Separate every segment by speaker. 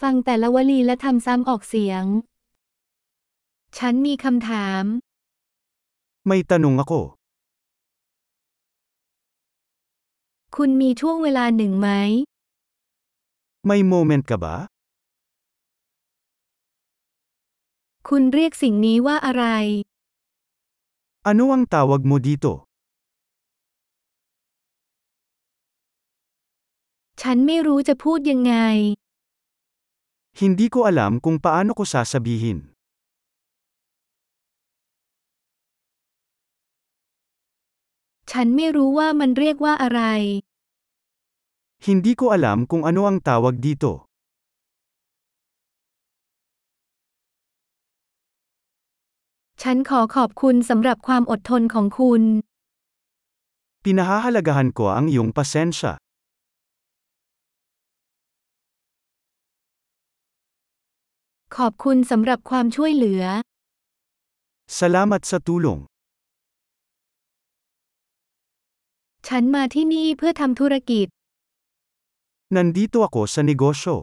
Speaker 1: ฟังแต่ละวลีและทำซ้ำออกเสียง ฉันมีคำถาม
Speaker 2: May tanong ako.
Speaker 1: คุณมีช่วงเวลาหนึ่งไหม
Speaker 2: May moment ka ba?
Speaker 1: คุณเรียกสิ่งนี้ว่าอะไร
Speaker 2: Ano ang tawag mo dito?
Speaker 1: ฉันไม่รู้จะพูดยังไง
Speaker 2: Hindi ko alam kung paano ko sasabihin.
Speaker 1: ฉันไม่รู้ว่ามันเรียกว่าอะไร
Speaker 2: Hindi ko alam kung ano ang tawag dito.
Speaker 1: ฉันขอขอบคุณสำหรับความอดทนของคุณ
Speaker 2: Pinahahalagahan ko ang iyong pasensya.
Speaker 1: ขอบคุณสำหรับความช่วยเหลือ
Speaker 2: Salamat sa tulong.
Speaker 1: ฉันมาที่นี่เพื่อทำธุรกิจ
Speaker 2: Nandito ako sa negosyo.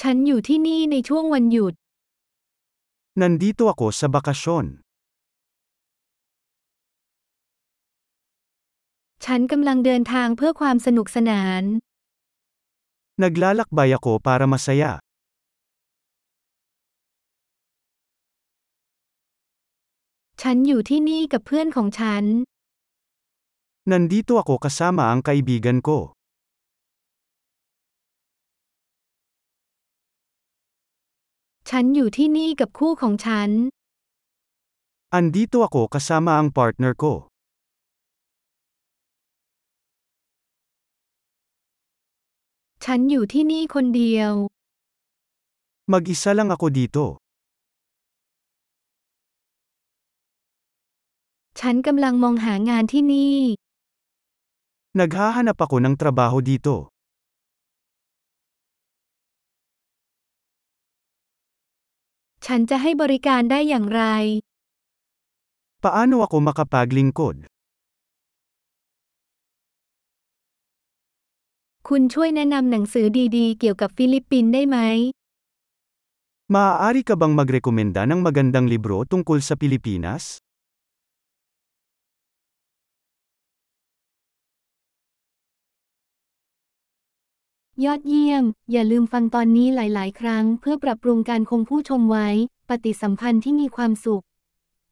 Speaker 1: ฉันอยู่ที่นี่ในช่วงวันหยุด
Speaker 2: Nandito ako sa bakasyon.
Speaker 1: ฉันกำลังเดินทางเพื่อความสนุกสนาน
Speaker 2: Naglalakbay ako para masaya.
Speaker 1: ฉันอยู่ที่นี่กับเพื่อนของฉัน
Speaker 2: Nandito ako kasama ang kaibigan ko.
Speaker 1: ฉันอยู่ที่นี่กับคู่ของฉัน
Speaker 2: Andito ako kasama ang partner ko.
Speaker 1: ฉันอยู่ที่นี่คนเดียว
Speaker 2: Mag-isa lang ako dito.
Speaker 1: ฉันกำลังมองหางานที่นี่
Speaker 2: Naghahanap ako ng trabaho dito.
Speaker 1: ฉันจะให้บริการได้อย่างไร
Speaker 2: Paano ako makapaglingkod?
Speaker 1: คุณช่วยแนะนำหนังสือดีๆ เกี่ยวกับฟิลิปปินส์ได้ไหม
Speaker 2: Maaari ka bang magrekomenda ng magandang libro tungkol sa Pilipinas?
Speaker 1: ยอดเยี่ยม อย่าลืมฟังตอนนี้หลาย ๆ ครั้ง เพื่อปรับปรุงการคงผู้ชมไว้ ปฏิสัมพันธ์ที่มีความสุข